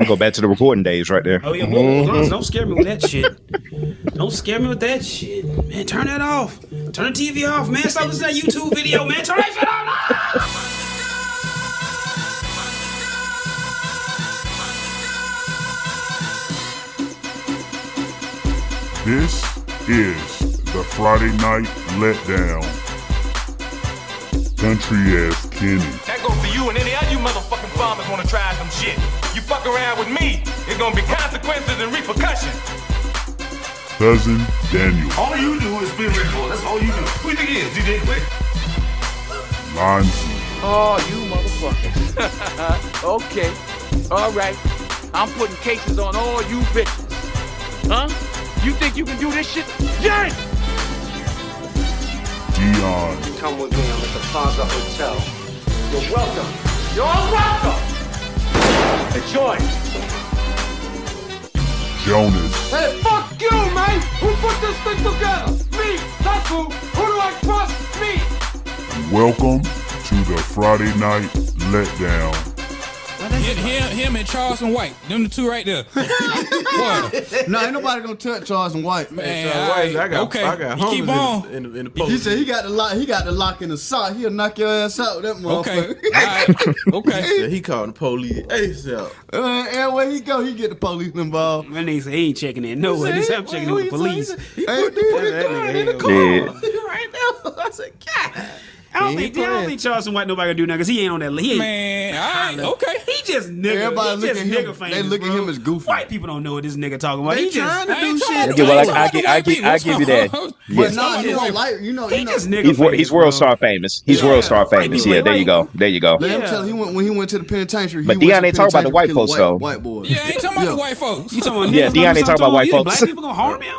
I go back to the recording days right there. Oh yeah, whoa, Bronx, don't scare me with that shit. Don't scare me with that shit, man. Turn that off. Turn the TV off, man. Stop listening to that YouTube video, man. Turn that shit off. This is the Friday Night Letdown. Country ass Kenny. That goes for you and any other you motherfucking farmers wanna try some shit. You fuck around with me, it's gonna be consequences and repercussions. Cousin Daniel. All you do is be recorded. That's all you do. Who you think he is, DJ Quick? Lonzy. Oh, you motherfuckers. okay. All right. I'm putting cases on all you bitches. Huh? You think you can do this shit? Yes! Dion. Come with me, I'm at the Plaza Hotel. You're welcome. You're all welcome! Enjoy! Jonas. Hey, fuck you, man! Who put this thing together? Me! That's who! Who do I trust? Me! Welcome to the Friday Night Letdown. Him, him, him and Charleston White. Them the two right there. Boy, No, ain't nobody gonna touch Charles and White. man, Charles White, I- I got- okay, I got you keep homies on. in, in, in the He post. said he got the lock. He got the lock in the sock. He'll knock your ass out. That Okay, motherfucker. all right. okay. Yeah, he called the police ASAP. Uh, everywhere he go, he get the police involved. That nigga said he ain't checking in. No way. I'm checking in with the police. Hey, dude, That nigga in the ain't car. Yeah. right now. I said, God. I don't He think ain't I don't playing. think Charleston White nobody gonna do nothing because he ain't on that. li- He ain't, Man, all right. Holla. Okay. He just nigga. Everybody he look just at him- nigga famous, they look at bro. him as goofy. White people don't know what this nigga talking about. They He just trying to do shit. Yeah, well, I- I gi- I gi- I give you that. but Yes. nah, you don't like. You know, he you know. just nigga. He's, wor- famous, he's world bro. star famous. He's Yeah. world star White famous. people Yeah, ain't there you go. white. There you go. Let him Yeah. tell. He went when he went to the penitentiary. But he Dion went to ain't talking about the penitentiary white killing folks, white, though. White boys. Yeah, I ain't talking about Yeah. the white folks. You talking about Yeah, niggas Deion gonna do ain't talking something about to white him? You think folks. Black people gonna harm him?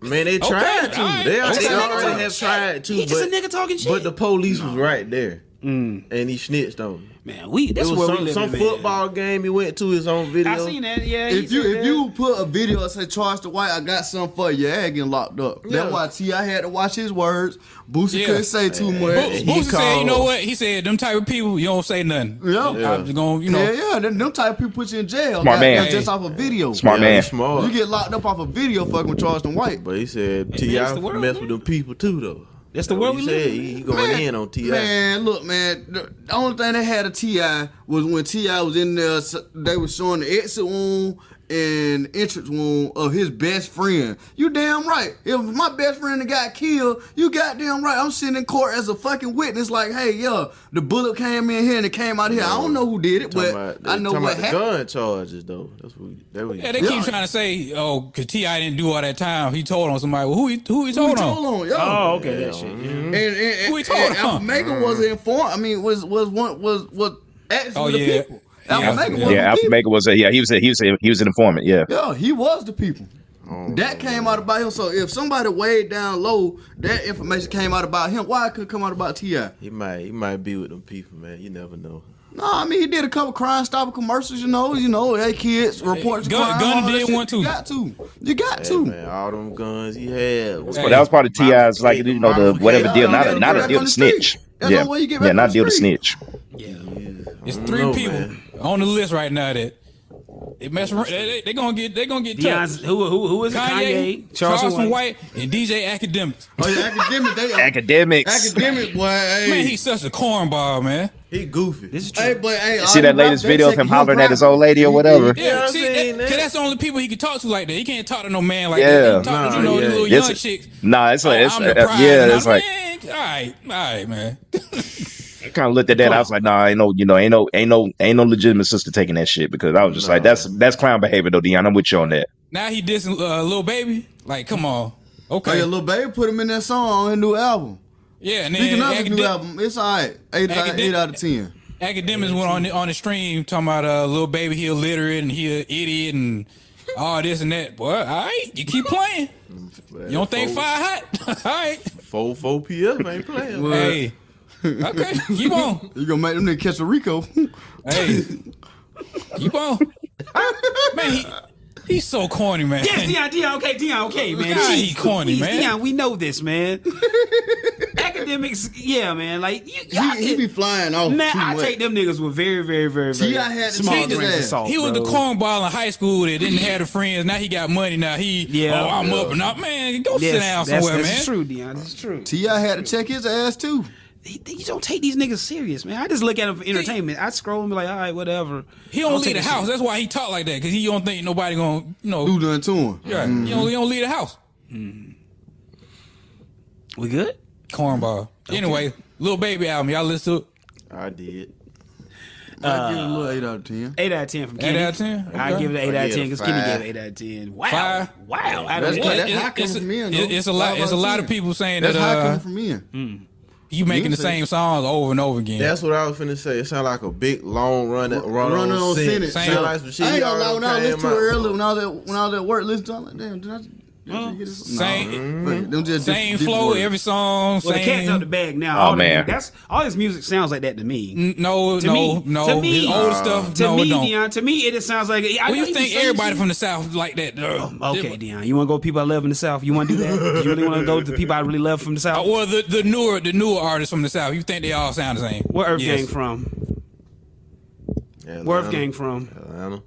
Man, they tried to. alright. They, Okay. they Talking- already have tried to. He just a but, nigga talking shit. Mm. but the police was right there. And he snitched on him. man, we It that's was where we some, live. some football game he went to his own video. I seen that. Yeah. he If you said if that. you put a video that say Charles the White, I got something for you, your ad getting locked up. Yeah. That's why T I had to watch his words. Boosie Yeah. couldn't say too much. Boosie said, called- you know what? He said, them type of people, you don't say nothing. Yeah. I'm just gonna, you know. Yeah, yeah. Them, them type of people put you in jail. Smart goddamn, man. Just off a video. Smart yeah, man. he smart. You get locked up off a video fucking with Charleston White. but he said Hey, man, it's T.I. the world, mess man. with them people too, though. That's the what world he we live said. in, He, he going in on T.I. Man, look, man. The the only thing they had a Ti was when Ti was in there. s- They was showing the exit wound and entrance wound of his best friend. You damn right. If my best friend that got killed, you goddamn right. I'm sitting in court as a fucking witness. Like, hey, yo, the bullet came in here and it came out here. I don't know who did it, Talking but about- I know talking what about the happened. gun charges, though. That's what, we- that what Yeah, they he- keep trying to say, oh, because T.I. didn't do all that time. He told on somebody. Well, who he, who he Who told on? told on, yo. Oh, okay. That shit. yeah. and and, and, We and, told him. Alpha Mega was Mm. informed. I mean, was was one was was actually Oh, the yeah. people. Alpha Yeah. Mega was Yeah, the Yeah, Alpha people. Mega was a yeah. He was a, he was a, he was an informant. Yeah. Yeah, he was the people. Oh, That came out about him. So if somebody way down low, that information came out about him. Why it could come out about Ti? No, He might, he might be with them people, man. You never know. I mean he did a couple Crime Stopper commercials. You know, you know, hey kids, report your Gun- crime. Gun all that did shit. one, too. You got to. You got Hey, to. man, all them guns he had. was- But that was part of Ti's like you know the whatever Yeah, deal, you not gotta a not get a back deal on to the street. snitch. That's the Yeah, way you get yeah, back on not the deal to street. snitch. It's I don't three know, people man. on the list right now that they mess around. They, they, they gonna get. They gonna get Deion's, touched. who who who is it? Kanye, Kanye, Charleston, White. and DJ Academics. Oh yeah, academic. They Academics. academic boy. Hey, Man, he's such a cornball, man. He goofy. This is true. hey, but hey, See that all you rap- latest they video of taking him hollering at his private. old lady or whatever? Yeah, You know what I'm see, saying, that, man? 'cause that's the only people he can talk to like that. He can't talk to no man like Yeah. that. He can talk to you Nah, know yeah. these little Yes, young it- chicks. Nah, it's Oh, like it's, I'm the uh, prize. yeah, And it's I'm like all right, all right, man. I kind of looked at that. I was like, nah, ain't no, you know, ain't no, ain't no, ain't no legitimate sister taking that shit because I was just like, that's that's clown behavior though, Dion. I'm with you on that. now he dissing uh, little baby. Like, come on. Oh Okay. yeah, little baby put him in that song on his new album. yeah, and then Speaking of his new Academ- album, it's all right. Eight, out- Academic- eight out of ten. Academics went on the, on the stream talking about uh, little baby, he illiterate and he an idiot and all this and that. Boy, all right, you keep playing. You don't think fire hot? all right. Four four PM ain't playing. man. Hey. Okay, keep on. You gonna make them nigga catch a Rico? Hey. Keep on. Man, he, he's so corny, man. Yes, Deion, Deion, okay, Deion, okay, man. God, Jeez, he corny, please, man. Deion, we know this, man. them. Ex- yeah, man. Like you, y'all He, he get- be flying off man, too I much. take them niggas with very, very, very, very T.I. had to small take his grains of ass. salt. He was the bro. cornball in high school that didn't have the friends. Now he got money. Now he, Yeah. oh, I'm up and up, man. Go Yes, sit down that's, somewhere, that's man. true, Deion. That's true. T.I. had to check his ass too. He- he- you don't take these niggas serious, man. I just look at them for entertainment. I scroll and be like, all right, whatever. He I don't take Mm. leave the it house. That's why he talk like that because he don't think nobody gonna, you know, Who done to Uh, him? yeah, he, don't, he don't leave the house. serious. We good? Cornball. Anyway, little baby album. Y'all listen to it. I did. I give him a little eight out of ten. Eight out of ten from Kenny. out of 10? I Okay. give it an eight I out of give ten it a because Kenny five. gave it eight out of ten. Wow, Five. wow. Out of That's what? good. that's It- high coming it's, from men, it- though. it's a lot. Five It's a out of lot of 10. people saying That's that high uh, coming from men. Mm, you making the say- same songs over and over again. That's what I was finna say. It sound like a big long run, run, Running on, on sentence. sentence. Same. Sound like some shit I ain't he gonna lie, already when I was came listening to out it with. earlier, when I was at, when I was at work listening to it, I'm like, damn, did I, did I get this? Same- Nah, but them just same different flow, words. every song. Well, the cat's same. out the bag now. Oh, all the- man. that's all his music sounds like that to me. N- No, To no, me- no. to me- His older stuff. To Mm, no, me, it don't. Dion, to me, it just sounds like. I Well, know you think say everybody shit. from the south like that? Uh, Okay, Dion, you want to go with people I love in the South? You want to do that? you really want to go with the people I really love from the Uh, South? well, the, the newer the newer artists from the south, you think they all sound the same? Where Earth Yes. Gang from? Atlanta, Where Earth Gang from? Atlanta.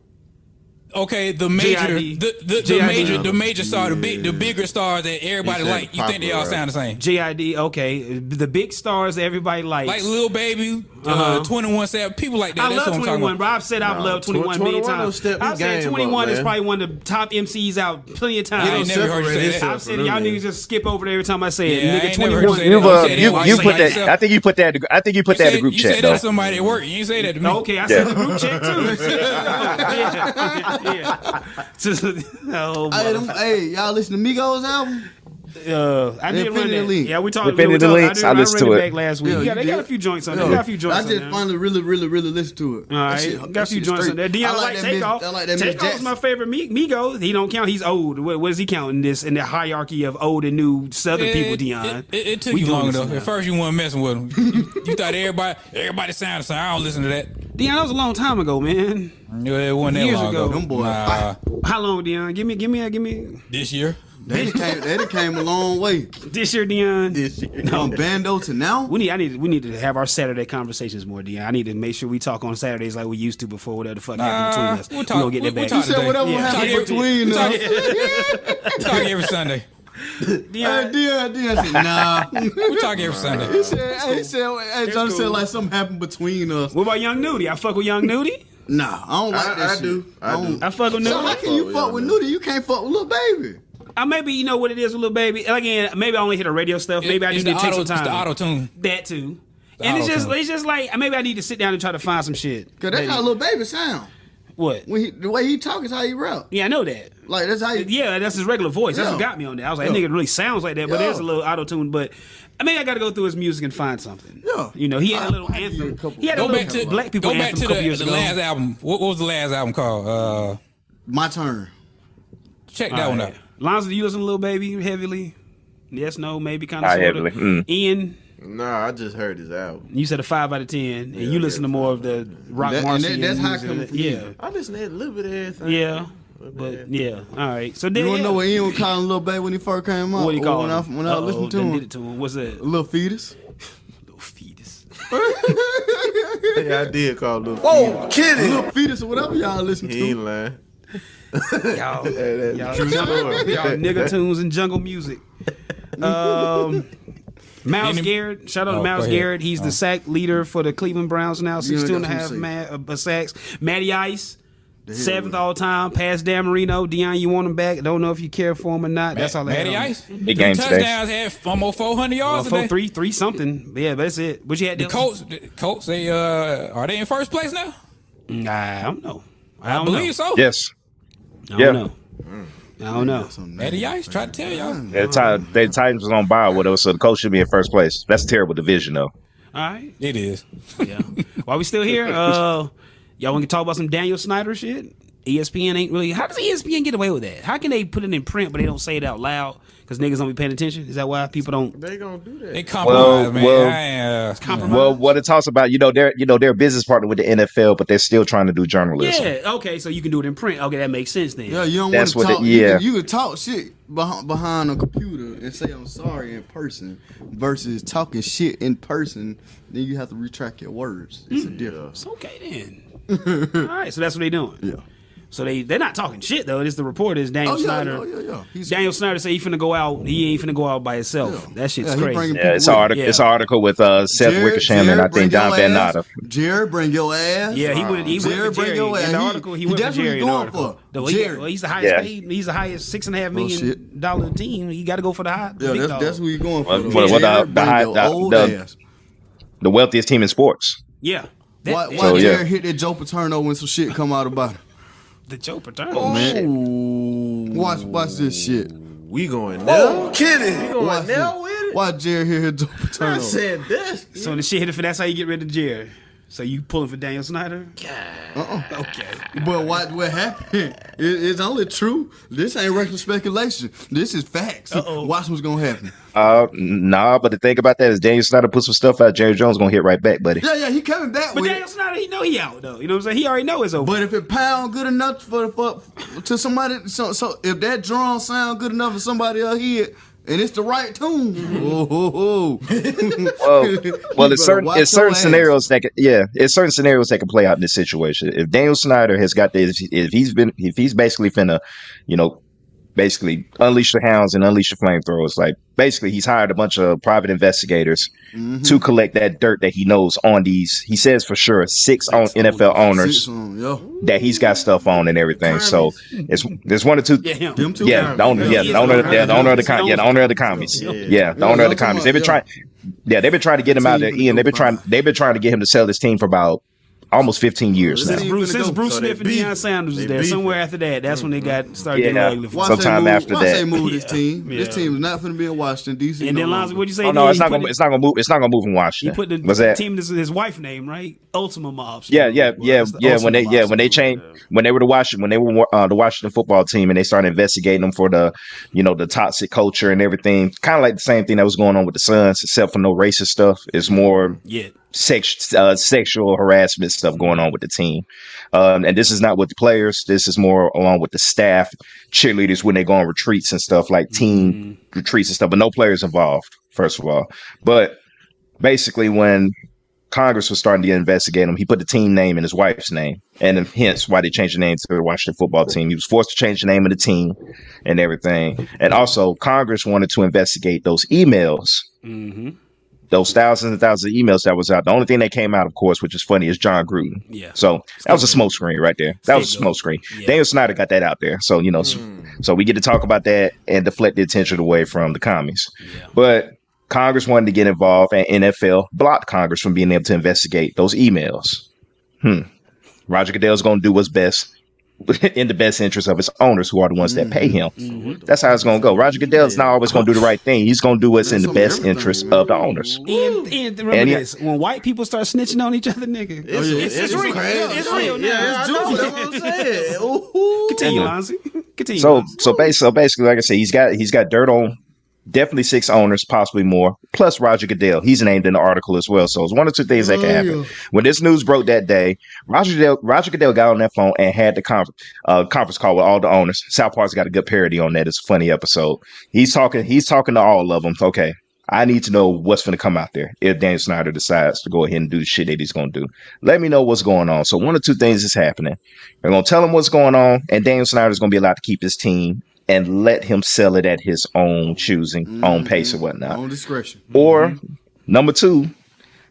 Okay, the major JID. the, the, the JID. major the major star, the big the bigger stars that everybody They said like. You think they all popular. sound the same? JID. Okay, the big stars that everybody likes. Like Lil Baby, uh, Uh-huh. Twenty One Savage, people like that. I love That's what I'm 21, talking bro. about. I've said I've Nah, loved 21 many 21 don't times. step I've said game up, 21 is man. probably one of the top MCs out plenty of I ain't times. never heard you Separate say that. yourself. I've said it. y'all Really? niggas just skip over it every time I say Yeah, I it. Nigga, ain't never 21. heard you You've, uh, say you, that. you Say put that that. yourself. I think you put that. I think you put that You in said- the group you chat said that though. to somebody at work. You ain't say that to me. Okay, I said the group chat too. yeah, yeah, yeah. oh, Hey, them, motherfucker. hey, y'all listen to Migos album? Uh, I did run Infinity that. Link. Yeah, we talked. Infinity we talked- Links, I, did, I I, listened ran to it it. back last week. Yeah, Yeah, you they got did. a few joints on. Yo, there. They got a few joints. I on just there. finally really, really, really listened to it. All That right, shit- that got a few shit joints straight. on there. Dion like, that Miss- Takeoff. I like that Miss Takeoff's Jackson. my favorite Mi- Migos. He don't count. He's old. What, what is he counting this in the hierarchy of old and new Southern It- people, it- Dion? It, it- it took We you doing long this enough. now. At first, you weren't messing with them. You, you thought everybody everybody sounded the same. I don't listen to that. Dion, that was a long time ago, man. Yeah, It wasn't that Years long ago. Ah. ago. Them boys- Nah, How long, Dion? Give me, give me, a, give me. this year. They done came, they done came a long way This year, Dion. This year. from Bando to now. We need, I need, we need to have our Saturday conversations more, Dion. I need to make sure we talk on Saturdays like we used to before. Whatever the fuck Nah, happened between us, we'll talk. We gonna get we, that we back. talk You said today. whatever happened Talk every- between we talk us. every- we talk every Sunday. Hey, Dion, Dion, Dion said, nah. We talk every Sunday. He said, hey, he said, hey, John said, cool. like, something happened between us. what about Young Nudie? I fuck with Young Nudie. Nah, I don't like I- that I shit. do. I don't- do. I fuck with So Nudie. how can you fuck with Nudie? You can't fuck with Lil Baby. I maybe you know what it is with little baby. And Again, maybe I only hit the radio stuff. Maybe I It's just the need to take auto- some time. It's the auto tune. That too. and it's just auto-tune. it's just like maybe I need to sit down and try to find some shit. Cause that's Maybe. how Lil Baby sound. what? When he, the way he talk is how he rap. Yeah, I know that. Like that's how. He, Yeah, that's his regular voice. That's what Yeah. got me on that. I was like, that Yeah. nigga really sounds like that, but Yeah. there's a little auto tune. But I mean, I got to go through his music and find something. Yeah. you know, he had I- a little I give you a anthem. couple- He had a Go little back to black people Go back anthem to a couple the, years the ago. last album. What, what was the last album called? Uh, My turn. check that one out. Lonzo, do you listen to Lil Baby heavily? Yes, no, maybe kind of Not sort heavily. Mm. Ian, Nah, I just heard his album. you said a five out of ten, and you listen to more of the rock That- and Marcy. that- and that's how it music. come from Yeah, you. I listened to a little bit of everything. yeah, but yeah. All right, so then You wanna yeah. know what Ian was calling Lil Baby when he first came out? What he Or called When I, him? when I Uh-oh, listened to done did him, it to him. What's that? Lil Fetus. Little fetus. yeah, I did call Lil. Oh, kidding. Lil Fetus or whatever y'all listen He to. ain't lying. Y'all, y'all, story. y'all nigga tunes and jungle music. Um, Miles Any- Garrett, shout out Oh, to Miles go ahead. Garrett. He's Oh. the sack leader for the Cleveland Browns now, six Yeah, two and a that's half what I'm ma- uh, uh, sacks. Matty Ice, hell seventh with it. all time, past Dan Marino. Dion, you want him back? Don't know if you care for him or not. That's all. I Matty had on. Ice. Big game today. touchdowns had almost 400 Uh, yards four, today. three, three something. Yeah, but that's it. What you had? The Dylan? Colts, the Colts, they uh, are they in first place now? Nah, I don't know. I I don't believe know. so. Yes. I don't Yeah. know. I don't know. Matty Ice, try to tell y'all. Mm. The, Ti- the Titans was on bye or whatever, so the coach should be in first place. That's a terrible division though. All right. It is. Yeah. While we still here, uh, y'all want to talk about some Daniel Snyder shit? ESPN ain't really. How does E ESPN get away with that? How can they put it in print but they don't say it out loud because niggas don't be paying attention? Is that why people don't? They gonna do that. They compromise, man. well- I ain't, uh, Compromise. Well, what it talks about, you know, they're you know they're a business partner with the NFL, but they're still trying to do journalism. Yeah. Okay. So you can do it in print. Okay, that makes sense then. Yeah, you don't want That's to what it- talk. you yeah. can- you, can talk shit behind, behind a computer and say I'm sorry in person versus talking shit in person. Then you have to retract your words. It's Hmm. a It's difference. okay then. All right. So that's what they doing. Yeah. So they they're not talking shit though. It's the reporters. Daniel Oh yeah, Snyder. yeah, yeah, yeah. He's, Daniel Snyder say he finna go out. He ain't finna go out by himself. Yeah. That shit's Yeah, he crazy. bringing Yeah, it's an article. Yeah. It's an article with uh, Seth Jared- Wickersham and I Jared, bring think Don your Van ass. Natta. Jared, bring your ass. Yeah, he went. He went Jared, for bring Jerry. your ass. In the article, he, went that's for what Jerry. he's in the going article. for. Though he- Jared. well, he's the highest. Yeah. Paid, he's the highest six and a half million shit. dollar team. You got to go for the high. the yeah, big that's, dog. that's what you're going for. Well, well, Jared, well, the- the bring high- your the- old the- ass. The wealthiest team in sports. yeah. That, Why, why that- So, yeah. Jared hit that Joe Paterno when some shit come out about him? the Joe Paterno. Oh, Watch, watch this shit. We going now. kidding. We going Watch now with this. it. Watch Jared hit his Joe I Paterno. said this. So the shit hit it for that's how you get rid of Jared. So you pulling for Daniel Snyder? Uh-uh. Okay. But what what happened? It, it's only true. This ain't reckless speculation. This is facts. Uh-oh. Watch what's gonna happen. Uh, nah, but the thing about that is Daniel Snyder put some stuff out. Jerry Jones gonna hit right back, buddy. Yeah, yeah, he coming back But with Daniel it. Snyder, he know he out though. You know what I'm saying? He already know it's over. But if it pound good enough for for to somebody, so, so if that drum sound good enough for somebody else here, and it's the right tune, Mm-hmm. oh, oh, oh. Well, well, You it's better certain watch it's your certain ass. scenarios that can, yeah, it's certain scenarios that can play out in this situation. If Daniel Snyder has got this, if he's been, if he's basically finna, you know, basically unleash the hounds and unleash the flamethrowers. Like basically, he's hired a bunch of private investigators Mm-hmm. to collect that dirt that he knows on these. He says for sure six, on NFL owners Six on, yeah. that he's got stuff on and everything. So it's there's one or two. yeah, him. Them two Yeah, guys. the owner, yeah, the owner, yeah, the owner of the com- yeah, the owner of the commies, yeah, the owner of the commies. They've been trying, yeah, they've been trying to get him out of there. Ian, they've been trying, they've been trying to get him to sell this team for about almost fifteen years now. Since Bruce, finna since go. Bruce So they Smith and beef. Deion Sanders was They there, beef. somewhere after that, that's when they got started Yeah. getting regular. Why- Once for they sometime move, after once that. they move this team, Yeah. this team is not going to be in Washington D.C. And no then Lonzo, longer. what'd you say? Oh no, He it's not put gonna, it- it's not gonna move, it's not gonna move in He Washington. put the Was that? team this is his wife name, right? Ultima Mobs. Yeah, yeah, Well, yeah, that's the yeah. When they, Ultima yeah, Mobs. when they changed, when they were the Washington, when they were uh, the Washington football team, and they started investigating them for the, you know, the toxic culture and everything. Kind of like the same thing that was going on with the Suns, except for no racist stuff. It's more Yeah. sex, uh, sexual harassment stuff going on with the team. Um, and this is not with the players. This is more along with the staff, cheerleaders when they go on retreats and stuff like team retreats and stuff. But no players involved, first of all. But basically, when Congress was starting to investigate him, he put the team name in his wife's name, and then hence why they changed the name to the Washington Football Team. He was forced to change the name of the team and everything. And also, Congress wanted to investigate those emails Mm-hmm. those thousands and thousands of emails that was out. The only thing that came out, of course, which is funny, is John Gruden. Yeah. So that was a smoke screen right there. That was a Scapegoat. smoke screen. Yeah. Hmm. Daniel Snyder got that out there. So, you know, so, so we get to talk about that and deflect the attention away from the commies. But Congress wanted to get involved, and NFL blocked Congress from being able to investigate those emails. Hmm. Roger Goodell's going to do what's best in the best interest of his owners, who are the ones that pay him. Mm-hmm. That's how it's going to go. Roger Goodell's not always going to do the right thing. He's going to do what's in That's the on best everything, interest man. of the owners. And, and remember And he- this: when white people start snitching on each other, nigga, it's, Oh, yeah, it's, it's, it's real. crazy. It's real now. Yeah, It's I know doing that's it. what I'm saying. Ooh. Continue, Yeah. Lonzy. Continue. So Lonzy. so basically, so basically, like I said, he's got he's got dirt on definitely six owners, possibly more, plus Roger Goodell. He's named in the article as well. So it's one or two things that can happen. When this news broke that day, Roger Goodell, Roger Goodell got on that phone and had the conf- uh, conference call with all the owners. South Park's got a good parody on that. It's a funny episode. He's talking he's talking to all of them. Okay. I need to know what's going to come out there if Dan Snyder decides to go ahead and do the shit that he's going to do. Let me know what's going on. So one or two things is happening. They're going to tell him what's going on, and Daniel Snyder's going to be allowed to keep his team and let him sell it at his own choosing, Mm-hmm. on pace or whatnot. on discretion. Or number two,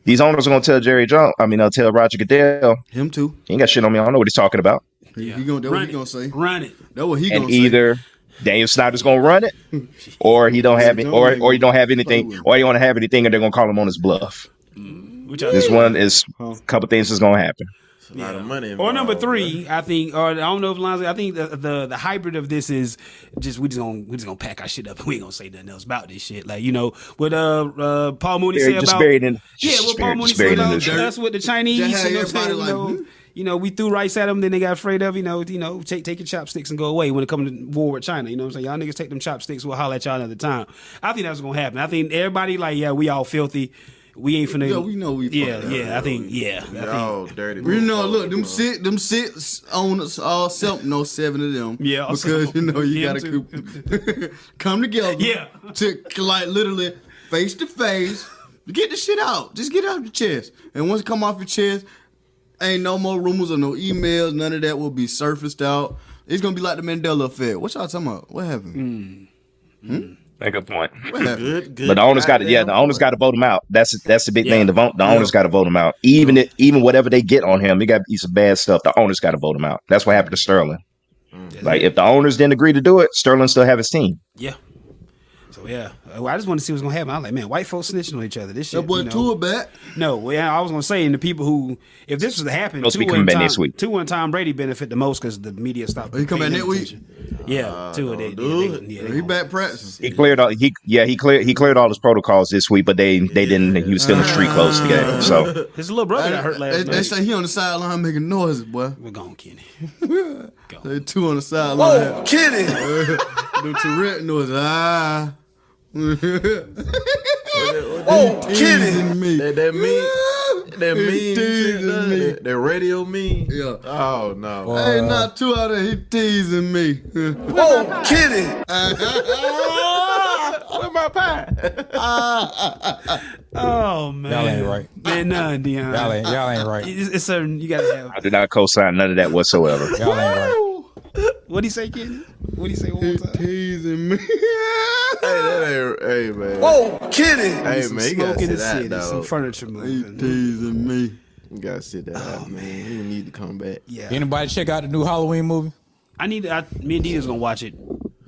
these owners are going to tell Jerry Jones. I mean, they'll tell Roger Goodell. Him too. He ain't got shit on me. I don't know what he's talking about. He He gonna, that what Run he gonna say. it. Run it. That what he gonna and say. either Daniel Snyder's gonna run it, or he don't have it, or or you don't have anything, or you don't have anything, and they're gonna call him on his bluff. Which I This one is a couple things is gonna happen. It's a lot of money. Or involved, number bruh. three, I think, or I don't know if Lonzo, I think the, the the hybrid of this is just we just gonna we just gonna pack our shit up. We ain't gonna say nothing else about this shit. Like you know what uh, uh Paul Mooney Buried- said just about buried in- yeah, just what Paul buried- Mooney just said buried in about the dirt. that's what the Chinese Just have you know what I'm everybody saying, you like, know, hmm. you know, we threw rice at them. Then they got afraid of, you know, you know, take take your chopsticks and go away when it comes to war with China. You know what I'm saying? Y'all niggas take them chopsticks. We'll holler at y'all another time. I think that's gonna happen. I think everybody like, yeah, we all filthy. We ain't finna. Yeah, we know we Yeah, fucked up. yeah. I think yeah. I think, Y'all dirty. You know, motherfuckers, look, them bro. six, them six owners, all seven, no, seven of them. Yeah, all because seven. you know you Him gotta too. coop- come together. Yeah. to like literally face to face, get the shit out. Just get it out your chest, and once it come off your chest, ain't no more rumors or no emails. None of that will be surfaced out. It's gonna be like the Mandela effect. What y'all talking about? What happened? Hmm. Hmm? Make a point. What happened? Good, good. But the owners got to, yeah, the goddamn owners point. got to vote him out. That's that's the big Yeah. thing. The, vote, the owners got to vote him out. Even if, even whatever they get on him, he got to be some bad stuff. The owners got to vote him out. That's what happened to Sterling. Like if the owners didn't agree to do it, Sterling still have his team. yeah. So yeah, Uh, I just want to see what's gonna happen. I'm like, man, white folks snitching on each other. This shit. That boy you know. Tua back. No, well, yeah, I was gonna say, and the people who, if this was to happen, Supposed to be Tua coming and back Tom- next week. Tua and Tom Brady benefit the most because the media stopped. he come paying back next Uh, attention. Yeah, Tua, they, yeah, they, do it. yeah, they He gonna- back practicing. He cleared all he yeah he cleared he cleared all his protocols this week, but they they didn't. He was still in street clothes today. So His little brother got hurt They, last they night. say he on the sideline making noises, boy. We're gone, Kenny. They two on the sideline. Oh, kidding. The Tourette noise. Ah. Oh, Teasing kidding. me. That, that mean. That He mean. shit, teasing dog. me. That, that radio mean. Yeah. Oh, no. uh, Hey, not two out of he teasing me. Oh, kidding. Oh man, Y'all ain't right. Man, none, Dion. Y'all ain't, y'all ain't right. It's, it's certain you gotta have. I did not co-sign none of that whatsoever. Y'all ain't right. What do you say, Kenny? What do you say? One He more time? teasing me. Hey, that ain't. Hey, man. Oh, kidding. Hey, Some man. You smoke in gotta sit the that, city, some dog. furniture he moving. teasing me. You gotta sit that out, man. You need to come back. Oh, Yeah, Anybody check out the new Halloween movie? I need. I, me and Dita's gonna watch it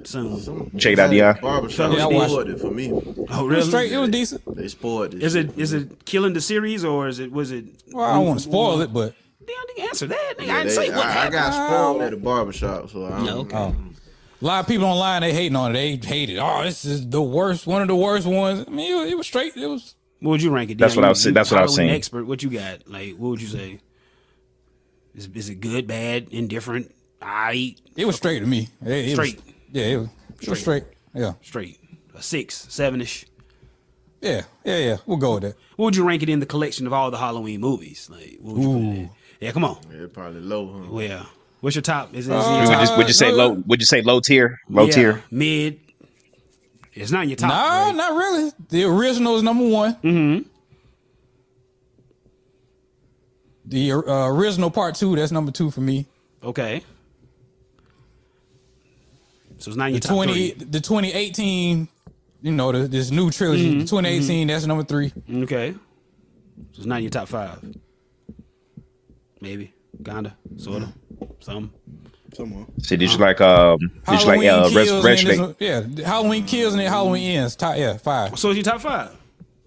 soon. Check it out, Dion. Barbershop Yeah, I watched spoiled it for me. Oh It was really? straight. It was decent. They spoiled it. Is it is it killing the series or is it was it? Well, I won't spoil it, but Damn, nigga, answer that. Nigga, I Yeah, didn't they- say what I, I happened. got spoiled at the barbershop, so I don't No, okay. oh. a lot of people online they hating on it. They hate it. Oh, this is the worst. One of the worst ones. I mean, it was, it was straight. It was. What would you rank it? That's Dion? what I You- was- you that's what I was Halloween saying. Expert, what you got? Like, what would you say? Is, is it good, bad, indifferent? I It was straight to me. It- it was- Straight. yeah, it was straight. It was straight. Yeah, straight a six, seven ish. yeah, yeah, yeah. We'll go with that. What would you rank it in the collection of all the Halloween movies? Like, what would you put it in? yeah, come on. It's probably low, huh? Well, yeah. what's your top? Is it, is it Uh, Would your you, top? would you say low? Would you say low tier? Low Yeah, tier. mid? It's not in your top. No, right? not really. The original is number one. Mm-hmm. The uh, original part two, that's number two for me. Okay. So it's not in The your top twenty, the twenty eighteen, you know, the, this new trilogy, Mm-hmm. the twenty that's number three. three. Okay. So it's not in your top five. Maybe. Kinda. Sorta. Some. See, did you like um? Did you like uh? Res- Kills and Resurrect- then this- yeah, Halloween kills and then Halloween ends. Top, yeah, five. So it's your top five.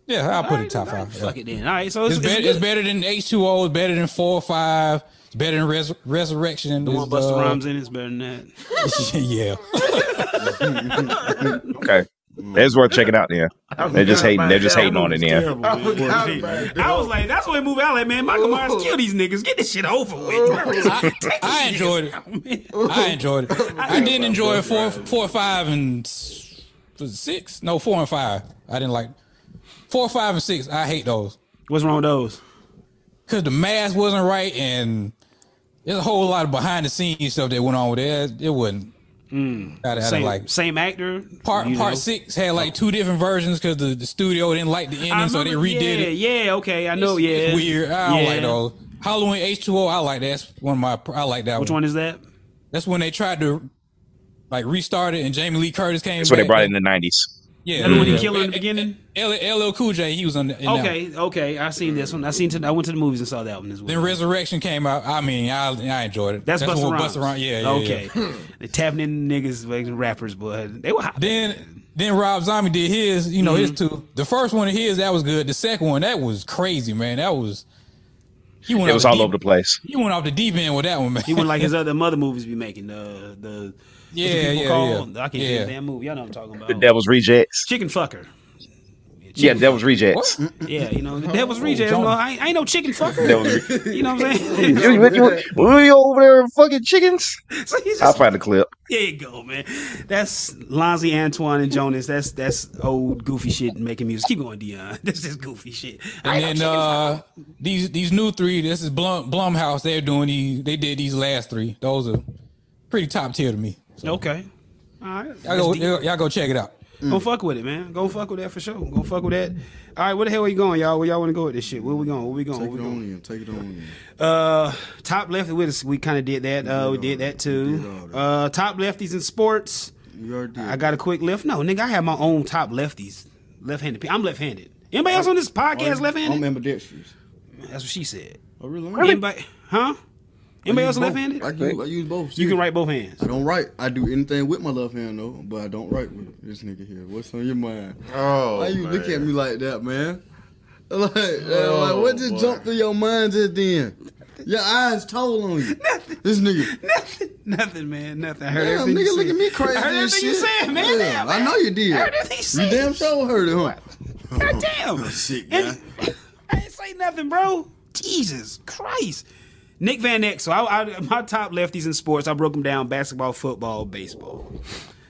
Yeah, I'll put All it right, top all right, five. yeah. Fuck it then. All right. So it's, It's, it's, better, good. it's better than H two O. It's better than four or five. It's better than Res- Resurrection. The one is, Busta uh, Rhymes in it's better than that. yeah, okay, it's worth checking out. Yeah, they're just hating. They're just hating on it. Yeah, I forgot about I was like, that's what movie I like, man. Michael Myers kill these niggas. Get this shit over with. I, I enjoyed it. I enjoyed it. I didn't enjoy four, four, five, and s- was it six. No, four and five. I didn't like four, five, and six. I hate those What's wrong with those? because the mask wasn't right, and there's a whole lot of behind the scenes stuff that went on with it. It wasn't. I, didn't- I Hmm. Same, didn't like same actor. part you part know. six had like two different versions because the, the studio didn't like the ending, I so they remember- redid yeah, it. Yeah, okay, I know. It's- yeah, it's weird. I don't like Yeah. those. Halloween H two O. I like that. That's one of my. I like that Which one is that? That's when they tried to like restart it, and Jamie Lee Curtis came. that's what they back. brought in Mm-hmm. the nineties. Yeah, That the one he yeah. killed in the Eh, eh, beginning? eh, LL Cool J. He was on. The, in that one. Okay, okay, I seen this one. I seen. To, I went to the movies and saw that one as well. Then Resurrection came out. I mean, I I enjoyed it. That's, the Busta one with Rhymes. Busta Rhymes. Yeah, yeah. okay. yeah. they tapping in niggas like rappers, but they were hot. Then then Rob Zombie did his. You know his Mm-hmm. two. The first one of his that was good. The second one that was crazy, man. That was. He went It off was all deep- over the place. He went off the deep end with that one, man. He went like his other mother movies be making. Uh, the Yeah, people yeah, call? yeah. I can't Yeah. think of that movie. Y'all know what I'm talking The about. Devil's Rejects. Chicken fucker. Yeah, that was rejects. Yeah, you know, that Oh, was reject. Jonah. I, ain't, I ain't no chicken fucker. That was re- you know what I'm saying? You- you- you- were you over there fucking chickens? So he's I'll just- find the clip. there you go, man. That's Lonzy Antoine and Jonas. That's that's old goofy shit making music. Keep going, Dion. That's just goofy shit. I And ain't then no uh, these these new three, this is Blum Blumhouse. They're doing these. They did these last three. Those are pretty top tier to me. chicken- okay. All right. Y'all go, y'all go check it out. Go fuck with it, man. Go fuck with that for sure. Go fuck with that. All right, where the hell are you going, y'all? Where y'all want to go with this shit? Where we going? Where we going? Where Take we it going? on in. Take it on in. Uh, top left with us. We kind of did that. Uh, we did that too. Uh, top lefties in sports. You already did. I got a quick left. No, nigga, I have my own top lefties. Left-handed. pe- I'm left-handed. Anybody else on this podcast I'm left-handed? ambidextrous. That's what she said. I Oh, really am. Anybody? Huh? Anybody I else use both. left-handed? I use, I use both. You can write both hands. I don't write. I do anything with my left hand though, but I don't write with this nigga here. What's on your mind? Oh, Why you man. look at me like that, man? Like, uh, Oh, like what just boy. jumped through your mind just then? Your eyes told on you. This nigga. Nothing, man. Nothing. I heard Damn, everything you nigga, look said. at me crazy. I heard and everything you shit. said, man. Yeah, Damn, I man. know you did. I heard everything you said. You damn sure heard it, huh? God damn. Sick And- I ain't say nothing, bro. Jesus Christ. Nick Van Exel. So I, I, my top lefties in sports, I broke them down basketball, football, baseball.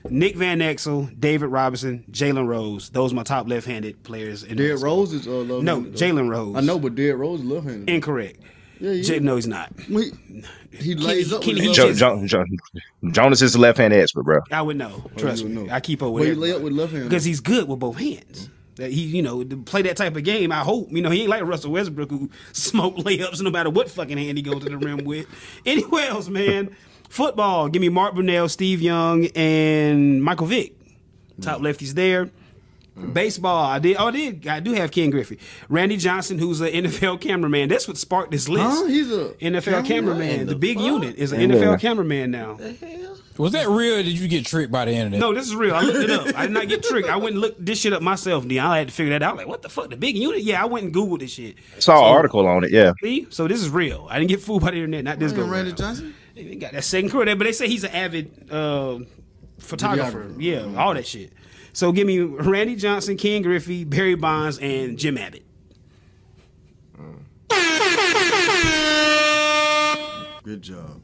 Nick Van Exel, David Robinson, Jalen Rose. Those are my top left-handed players. In Dead basketball. Rose is uh, left No, Jalen Rose. I know, but Dead Rose is left handed. Incorrect. Yeah, yeah. J- no, he's not. He, he lays up with Kenny- his left Jo- hand. Just- Jo- Jo- Jonas is the left-handed expert, bro. I would know. Trust Oh, you me. would know. I keep up with Well, you lay up everybody. with left hand. Because he's good with both hands. That he, you know, to play that type of game, I hope. You know, he ain't like Russell Westbrook who smoke layups no matter what fucking hand he go to the rim with. Anywhere else, man. Football. Give me Mark Brunell, Steve Young, and Michael Vick. Mm. Top lefties there. Baseball, I did. Oh, I did. I do have Ken Griffey, Randy Johnson, who's an NFL cameraman. That's what sparked this list. Huh? He's a NFL cameraman. The, big unit is an Yeah. NFL cameraman now. Was that real? Or did you get tricked by the internet? No, this is real. I looked it up. I did not get tricked. I went and looked this shit up myself. Then I had to figure that out. Like, what the fuck? The big unit? Yeah, I went and Googled this shit. Saw So- an article on it. Yeah, See? So this is real. I didn't get fooled by the internet. Not this Damn, guy. Randy Johnson. They got that second career there, but they say he's an avid uh, photographer. Videographer. Yeah, all that shit. So give me Randy Johnson, Ken Griffey, Barry Bonds, and Jim Abbott. Good job.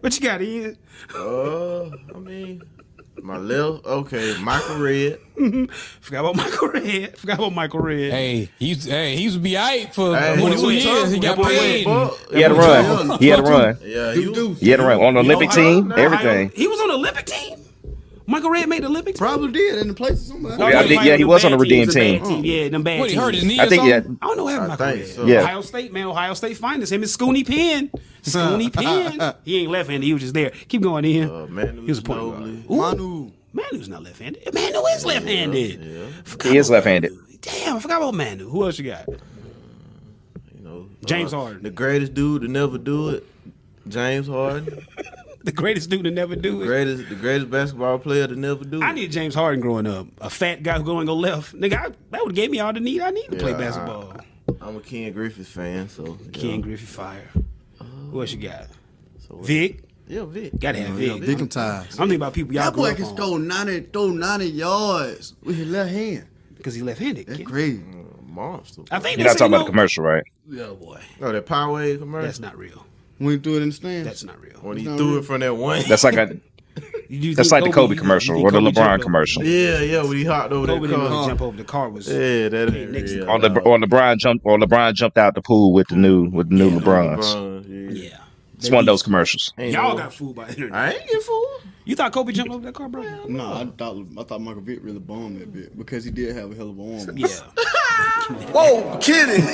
What you got, Ian? Uh, I mean, my left. Okay, Michael Red. Forgot about Michael Red. Forgot about Michael Red. Hey, he's hey, he was be alright for Hey, he 22 was years. He tough. That got boy was paid. and- fucked. he had a That boy was run. young. He had a run. Yeah, Dude, you. dude. He had a run on the You know, Olympic I don't team. know. Everything. He was on the Olympic team. Michael Red made the Olympic team. Probably did in the place of somebody. Yeah, I think- yeah, he them was on bad the teams, redeemed bad team. team. Yeah, them bad What he teams. hurt his knee? I or think. Yeah, something? I don't know what happened. I Michael think Red. so. Yeah. Ohio State man, Ohio State finest him and Scooney Penn. Scooney Penn. He ain't left-handed. He was just there. Keep going in. Uh, Manu he was a point Ginobili. guard. Ooh, Manu. Manu's not left-handed. Manu is left-handed. Forgot He is about left-handed. Manu. Damn, I forgot about Manu. Who else you got? You know, James uh, Harden. the greatest dude to never do it. James Harden, The greatest dude to never do it. greatest, the greatest basketball player to never do it. I need James Harden growing up. A fat guy who going to go left. Nigga, I, that would gave me all the need I need to play Yeah, I- basketball. I'm a Ken Griffith fan, so yeah. Ken Griffey fire. Who else you got? So, Vic. Yeah, Vic. Gotta have Yeah, Vic. Victimized. I'm thinking about people y'all That grew boy up can on score 90, throw 90 yards with his left hand. because he left-handed. That's kid. crazy. Mm, Monster. I think You're they not say, talking you about the know- commercial, right? Oh boy, No, that Poway commercial. that's not real. When he threw it in the stands. That's not real. when he not threw real. it from that one. That's like a. You- you That's think like the Kobe you- commercial you think or the Kobe LeBron jumped over- commercial. yeah, yeah, when he hopped over Kobe that didn't really car. jump over the car. Was Yeah, that ain't Nixon. real. On the on LeBron jumped or LeBron jumped out the pool with the new with the new LeBrons. LeBron, yeah. yeah. It's one of those commercials. Ain't Y'all no- got fooled by the internet. I ain't get fooled. You thought Kobe jumped over that car, bro? No, I thought I thought Michael Vick really bombed that bit because he did have a hell of an arm. Yeah. Whoa, kidding.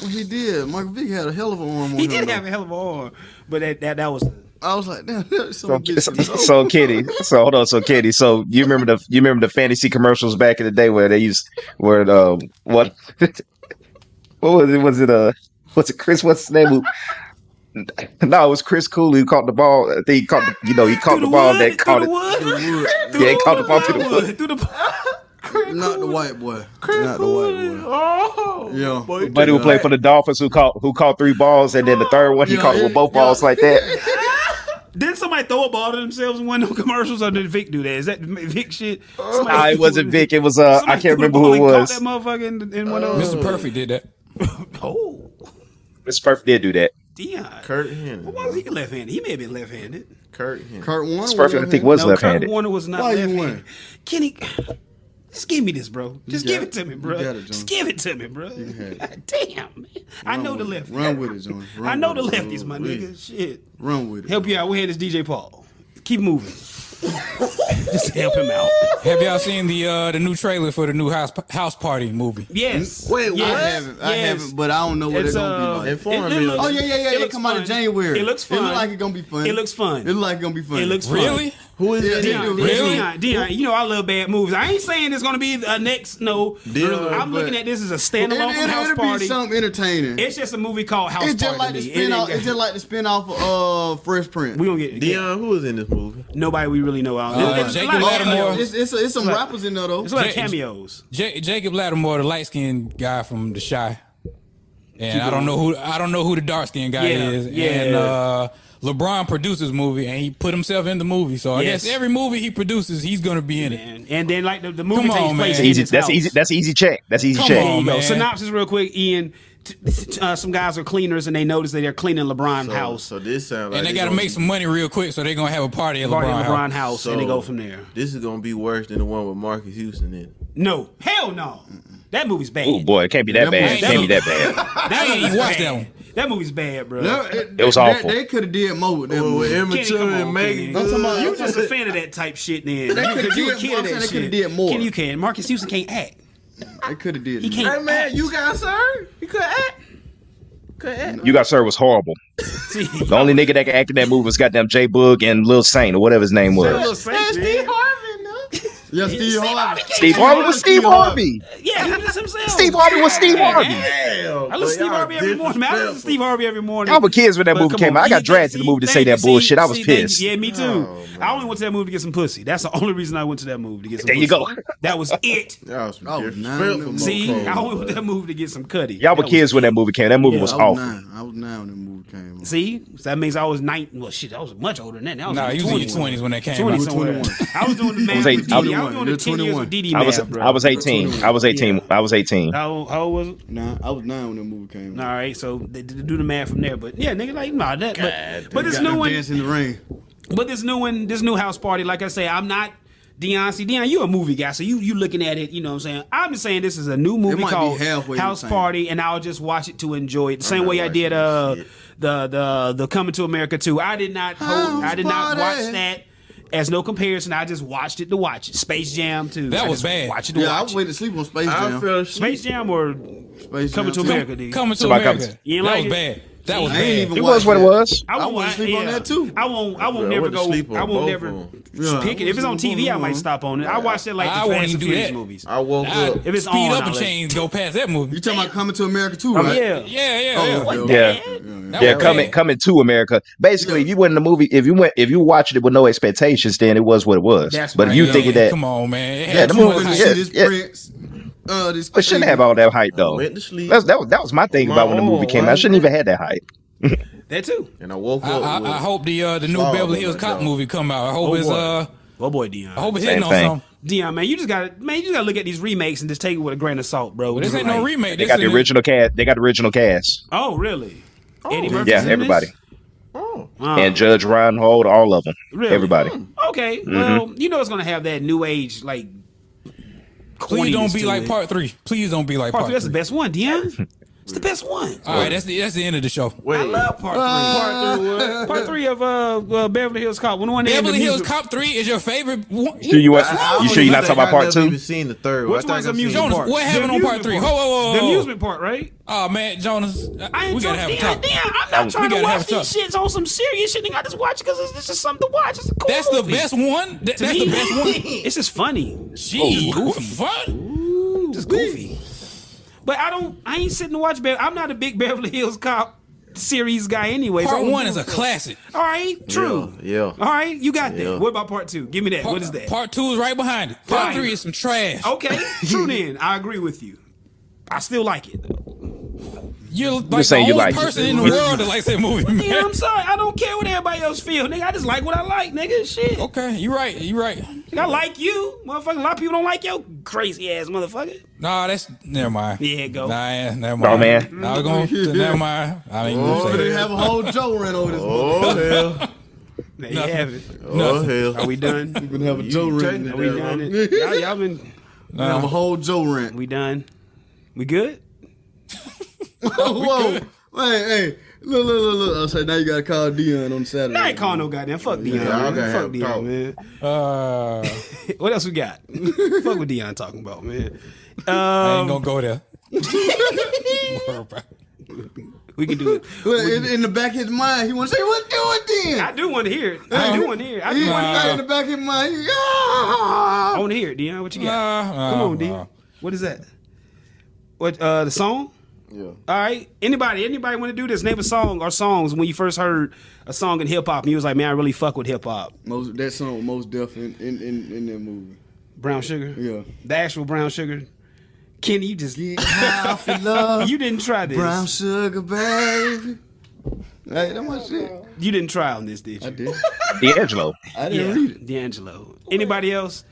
Well, he did. Michael Vick had a hell of an arm. On He him, did though. have a hell of a arm, but that that that was. I was like, damn, that's So, some bitch. so, is dope. so Kitty, so hold on, so Kitty, so you remember the you remember the fantasy commercials back in the day where they used where uh what what was it was it uh was it Chris what's his name? who- No, it was Chris Cooley who caught the ball. I think he caught the, you know he caught the, Through ball wood, that through caught the it. wood. Through Yeah, he caught the ball through the plywood, wood. Through the Not the white boy. Not the white boy. Oh. Yeah. Boy, But who played for the Dolphins who caught who caught three balls and then the third one he Yeah, caught yeah, with both yeah. balls like that. Didn't somebody throw a ball to themselves in one of the commercials, or did Vic do that? Is that Vic shit? Somebody Nah, it threw- wasn't Vic. It was uh, I somebody can't threw a remember who it ball and was. Caught that motherfucker in, in one of those. Mr. Perfect did that. Oh, Mr. Perfect did do that. Dion. Kurt Hennig. Why was he left-handed? He may have been left-handed. Kurt Hennig. Kurt Warner. Mr. Perfect, I think, was was left-handed. Kurt Warner was not Why you left-handed. won? Kenny, just give me this, bro. Just got give it, it. to me, You bro. got it, John. just give it to me, bro. God damn, man. I know the left. Run with it, John. Run I know the with it. lefties, my Ooh-wee. nigga. Shit. Run with it. Help you out. We had this DJ Paul. Keep moving. Just help him out. Have y'all seen the uh, the new trailer for the new house house party movie? Yes. Wait, yes. I haven't. I yes. haven't. But I don't know what It's, it's gonna uh, be like. Inform it me. looks- Oh yeah, yeah, yeah. It, looks come out in fun. January. It looks It fun. look like it's gonna be fun. It looks fun. It look like it's gonna be fun. It looks fun. Really? Who is Yeah, that? they Dion, do. Really? Dion, Dion, you know I love bad movies. I ain't saying it's gonna be a next no. Dion, I'm looking but- at this as a It, standalone from House will Party. be something entertaining. It's just a movie called House it's just like Party. the to me. It spin off. ain't It's just got- like the spin off of uh, Fresh Prince. We gonna get yeah. Dion, who is in this movie? nobody we really know out. Uh, There's a Jacob lot of Lattimore. cameos. It's, it's, it's some rappers in there though. There's a lot of Ja- cameos. Ja- Jacob Lattimore, the light skinned guy from The Shy, and I don't know who I don't know who the dark skinned guy Yeah, is. yeah. And uh, LeBron produces movie, and he put himself in the movie. So I Yes. guess every movie he produces, he's gonna be in it. And, and then like the, the movie Come takes on, place man. in Easy. his That's house. easy. That's an easy check. That's an easy Come check. on. There you go. man. Synopsis real quick, Ian. T- t- uh, some guys are cleaners and they notice that they're cleaning LeBron's So, house. so this sounds like And they it's gotta gonna make be- some money real quick, so they're gonna have a party at Party LeBron. at LeBron house. house So, and they go from there. This is gonna be worse than the one with Marcus Houston in. it. No, hell no. That movie's bad. Oh boy, it can't be that bad. It that can't be that was- bad. That I ain't movie's watched bad. that one. That movie's bad, bro. No, It was they- awful. They could have did more with that. Well, movie. with Kenny, immature come and on, make Kenny. I'm talking about- Oh, You just a fan of that type shit, then? They could've Because you a did- kid I'm of that saying they could've shit. did more. Kenny, you can. Marcus Houston can't act. They could have did. He more. can't. Hey man, act. you got sir. You could act. Could act. You got sir was horrible. See, The only nigga that could act in that movie was goddamn J Boog and Lil Saint or whatever his name was. That's Steve Yeah, Steve Harvey. Steve Harvey was Steve Harvey. Yeah, he was himself. Steve Harvey was Steve Harvey. I listen to Steve Harvey every morning. Man, I listen to Steve Harvey every morning. I was kids when that But movie come came on, out. I you- got dragged to the see, movie to thank say you, that see- bullshit. I was see, thank you. pissed. Yeah, me too. I only went to that movie to get some pussy. That's the only reason I went to that movie to get some There you go. pussy. That was it. That was some Oh, disrespectful nah, See, mofo, I only went to but- that movie to get some cutty. Y'all were That was kids when that movie came. That movie was I was awful. nine. I was nine when that movie came. on. See, so that means I was nine. Well, shit, I was much older than that. I was Nah, like you was in your 20. twenties when that came 20 out. somewhere. 21. I was doing the math. was with eight- DD. I was- I was doing the You're 10 years with 21. DD I was math, bro. I was 18. I was 18. I was 18. How, how old was it? Nah, I was nine when that movie came. All out. right, so they, they do the math from there. But yeah, nigga, like nah, that. But, but Got this them new one, Dance in the rain. but this new one, this new house party. Like I say, I'm not Deion. See, Deion, you a movie guy, so you you looking at it. You know what I'm saying? I'm just saying this is a new movie might be called halfway House the same. Party, and I'll just watch it to enjoy it. The same not way I watching did this uh shit. the the the Coming to America too. I did not hold, I House did not party. watch that. As no comparison, I just watched it to watch it. Space Jam too. That I was just bad. Watch it to Yeah, I watch was it. waiting to sleep on Space I Jam. fell Space asleep. Jam. Jam or Space Coming to Jam. America? dude? Coming to Somebody America. You ain't that like was it? bad. That was I ain't bad. even It watch was what it that. was. I I won't wouldn't I- sleep on yeah. that, too. I won't. I won't I never wouldn't go. sleep on I won't both never of 'em. Yeah, I pick it. If it's on wouldn't sleep TV, on I might them. stop on it. I watch it like I the Fast wouldn't and do Furious that. movies. I woke I up. If it's speed on, up I'll and let- change, go past that movie. You talking about Coming to America too, Oh, right? yeah. Yeah, yeah, Oh, yeah. yeah. Yeah. That Yeah, was coming bad. coming to America. Basically, if you went in the movie, if you went, if you watched it with no expectations, then it was what it was. That's but if right. you Yeah, thinking that, Come on, man. It had Yeah, the too much movie- Wanna hype. see yeah, this yeah. Prince, uh, this but shouldn't crazy- have all that hype though. went to sleep. That's, that was that was my thing My about when the movie own, came. out. I wasn't shouldn't even had that hype. That too. And I woke I, up. I, with, I hope the uh, the new Wow, Beverly that Hills was Cop dope. movie come out. I hope Oh, it's boy. uh, Oh boy, I Dion. hope it's Same hitting on thing. something. Dion, man, you just gotta man, you just gotta look at these remakes and just take it with a grain of salt, bro. This ain't no Like, remake. They This got the is- original cast. They got the original cast. Oh, really? Eddie Murphy's Yeah, in this? everybody Oh, Wow. and Mm-hmm. Judge Reinhold, all of them, Really? Hmm. everybody. Okay, well, you know it's gonna have that new age like. Please corniness don't be to like it. part three. Please don't be like Part part three. That's the three. best one, Dion. It's the best one. All right, that's the that's the end of the show. wait. I love part three. Part three, what? Part three of uh, uh Beverly Hills Cop. When the one they had the Beverly Hills music- Cop three is your favorite. One? You, you, want- I you don't sure you're even not think talking about I part never two? Even seen the third. one. Which I think one's I've the seen music Jonas, part? what The happened on part amusement three? park. Whoa, whoa, whoa, The whoa. amusement part, right? Oh man, I Jonas, ain't trying, we gotta have a damn, talk. damn, I'm not trying to gotta have watch a these shits on some serious shit. Nigga, I just watch because it's, it's just something to watch. It's a cool That's the movie. best one. That- To that's me. the best one. it's just funny. Gee, fuck. Just goofy. But I don't. I ain't sitting to watch. Bev- I'm not a big Beverly Hills Cop series guy anyway. so I Part don't one give is a fuck. classic. All right, true. yeah. All right, you got Yeah. that. What about part two? Give me that. Part, what is that? Part two is right behind it. Part Fine. three is some trash. okay, true. Then I agree with you. I still like it. You're like saying the you only like it. person in the world that likes that movie, Yeah, man. I'm sorry. I don't care what everybody else feel, nigga. I just like what I like, nigga. Shit. Okay, you right. You right. Nigga, I like you, motherfucker. A lot of people don't like your crazy ass motherfucker. Nah, that's never mind. Yeah, go. Nah, never mind. Bro, man. I was going. to Never mind. I ain't Oh, gonna they say have a whole Joe rant over this. motherfucker. Oh hell! There you have it. Oh Are hell! we done? We're gonna have a Joe rant. take in We there. done? We're it? Y'all, y'all been. gonna have a whole Joe rant. We done. We good? Whoa, hey, hey, look, look, look, look. I say now you gotta call Dion on Saturday. I ain't calling no goddamn. Fuck Dion. y'all man. gotta have Fuck a Dion, talk. man. Uh, What else we got? Fuck what Dion talking about, man. I ain't Um, gonna go there. Worry about it. we can do it. Look, in, in the back of his mind, he want to say, "What do it I then?" do want to hear it. I do want to hear it. I He do want want to to hear say it. in the back of his mind, "Ah." I want to hear it, Dion. What you got? Nah, nah, Come on, nah. Dion. What is that? What uh the song? Yeah. All right. Anybody, anybody want to do this? Name a song or songs when you first heard a song in hip hop and you was like, man, I really fuck with hip hop. Most that song was most deaf in in, in in that movie. Brown Sugar. Yeah. The actual Brown Sugar. Kenny, you just Get high for love, you didn't try this. brown sugar, baby. Hey, that my shit. You didn't try on this, did you? I did. D'Angelo. I didn't read it. D'Angelo. Anybody else?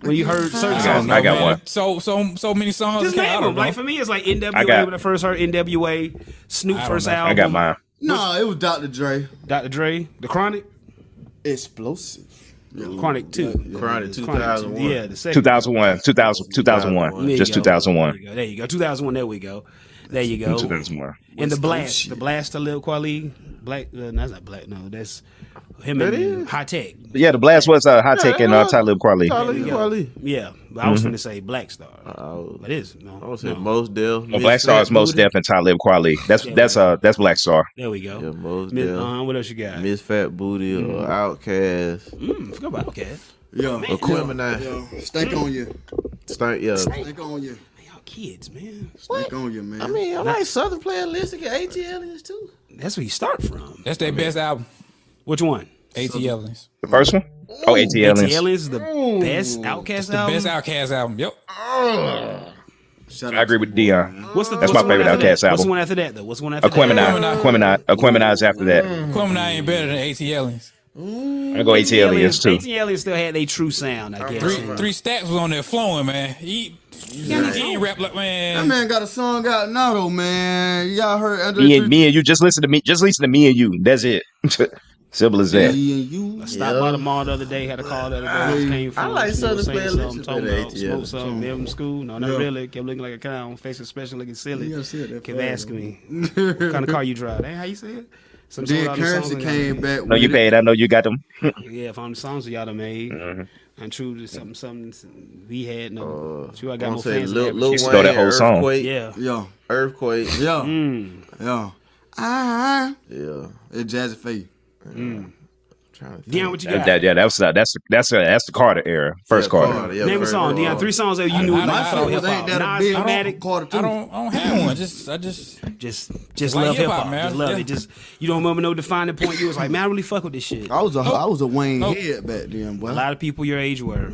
When you heard certain got- songs, I got man. one. So so so many songs. just came name out them. of Like them. for me, it's like NWA. I got- when I first heard NWA, Snoop don't first know. I album. I got mine. No, it was Dr. Dre. Dr. Dre, The Chronic, Explosive. Chronic Two, Chronic Chronic 2001. Two. Yeah, the second. 2001, 2000, 2001, There you just go. 2001, There you go. There you go. 2001. There we go. There you go. 2001. And the blast, the blast to Lil Kweli, black. Uh, no, that's not black. No, that's him and High Tech. Yeah, the blast was uh, high tech and uh, Talib Kweli. Talib Kweli. Yeah, but I was gonna say Black Star. but it is no. I would say no. most Def. Well, Oh, Black Star is most deaf and Talib Kweli. That's that's uh that's Black Star. There we go. Yeah, Mos Miss- Def. uh, what else you got? Miss Fat Booty Mm. or Outcast. Mm, forgot about okay. Yeah. Aquemini. Yo, Stank on you. Start yeah. Stank on you. Man, y'all kids, man. Stank on you, man. I like Southern player list get ATL is too. That's where you start from. That's their best album. Which one? ATL. The first one? Oh, ATL ATL. is the Mm. best Outcast album. Best Outcast album. Yep. Shout I agree with Dion. What's the That's my what's the one favorite after that? Outkast What's the album. one after that though? What's the one after that? Aquemini, Aquemini, Aquemini is after that. Mm. I'm Quemini ain't better than ATL. gonna go ATL is too. ATL still had their true sound, I guess. Three three stacks was on there flowing, man. He he ain't rap like That man. man got a song out now though, man. Y'all heard under Me and me and you just listen to me. Just listen to me and you. That's it. Simple as that. Me and you. Stopped by the mall the other day, had a call the other day. Just came from, like nigga was Southern saying playlist something, is talking better about than smoke ATL. something, them in school. No, not really. Kept looking like a clown, face especially looking silly. Yeah, I said that Kept fast. asking me, what kind of car you drive? Ain't how you say it? Some songs Then out of the songs currency that came y'all back. No, with you it. paid. I know you got them. made. Yeah, if I'm the songs that y'all done made. Mm-hmm. And true to something, something we had. No, Uh, true, I I got want more to say fans. Lil, than average. Lil Wayne, should know that whole song. Earthquake, yeah. Yeah, Earthquake, yeah, yeah, yeah. Ah, yeah. it's Jazzy Faye. Trying to think. Dion, what you got? That, yeah, that was uh, that's that's uh, that's the Carter era. First Carter. Yeah, Name a first song, of all. Dion. Three songs that you knew. I- you I My fuck don't- with shit was ain't hip-hop. that a Nas, big Illmatic. quarter I two. don't I don't have one. Just I just just just like love hip hip-hop, hop, man. Just love Yeah. it. Just you don't remember no defining point. You was like, man, I really fuck with this shit. I was a I was a Wayne Nope. head back then, A boy. lot of people your age were.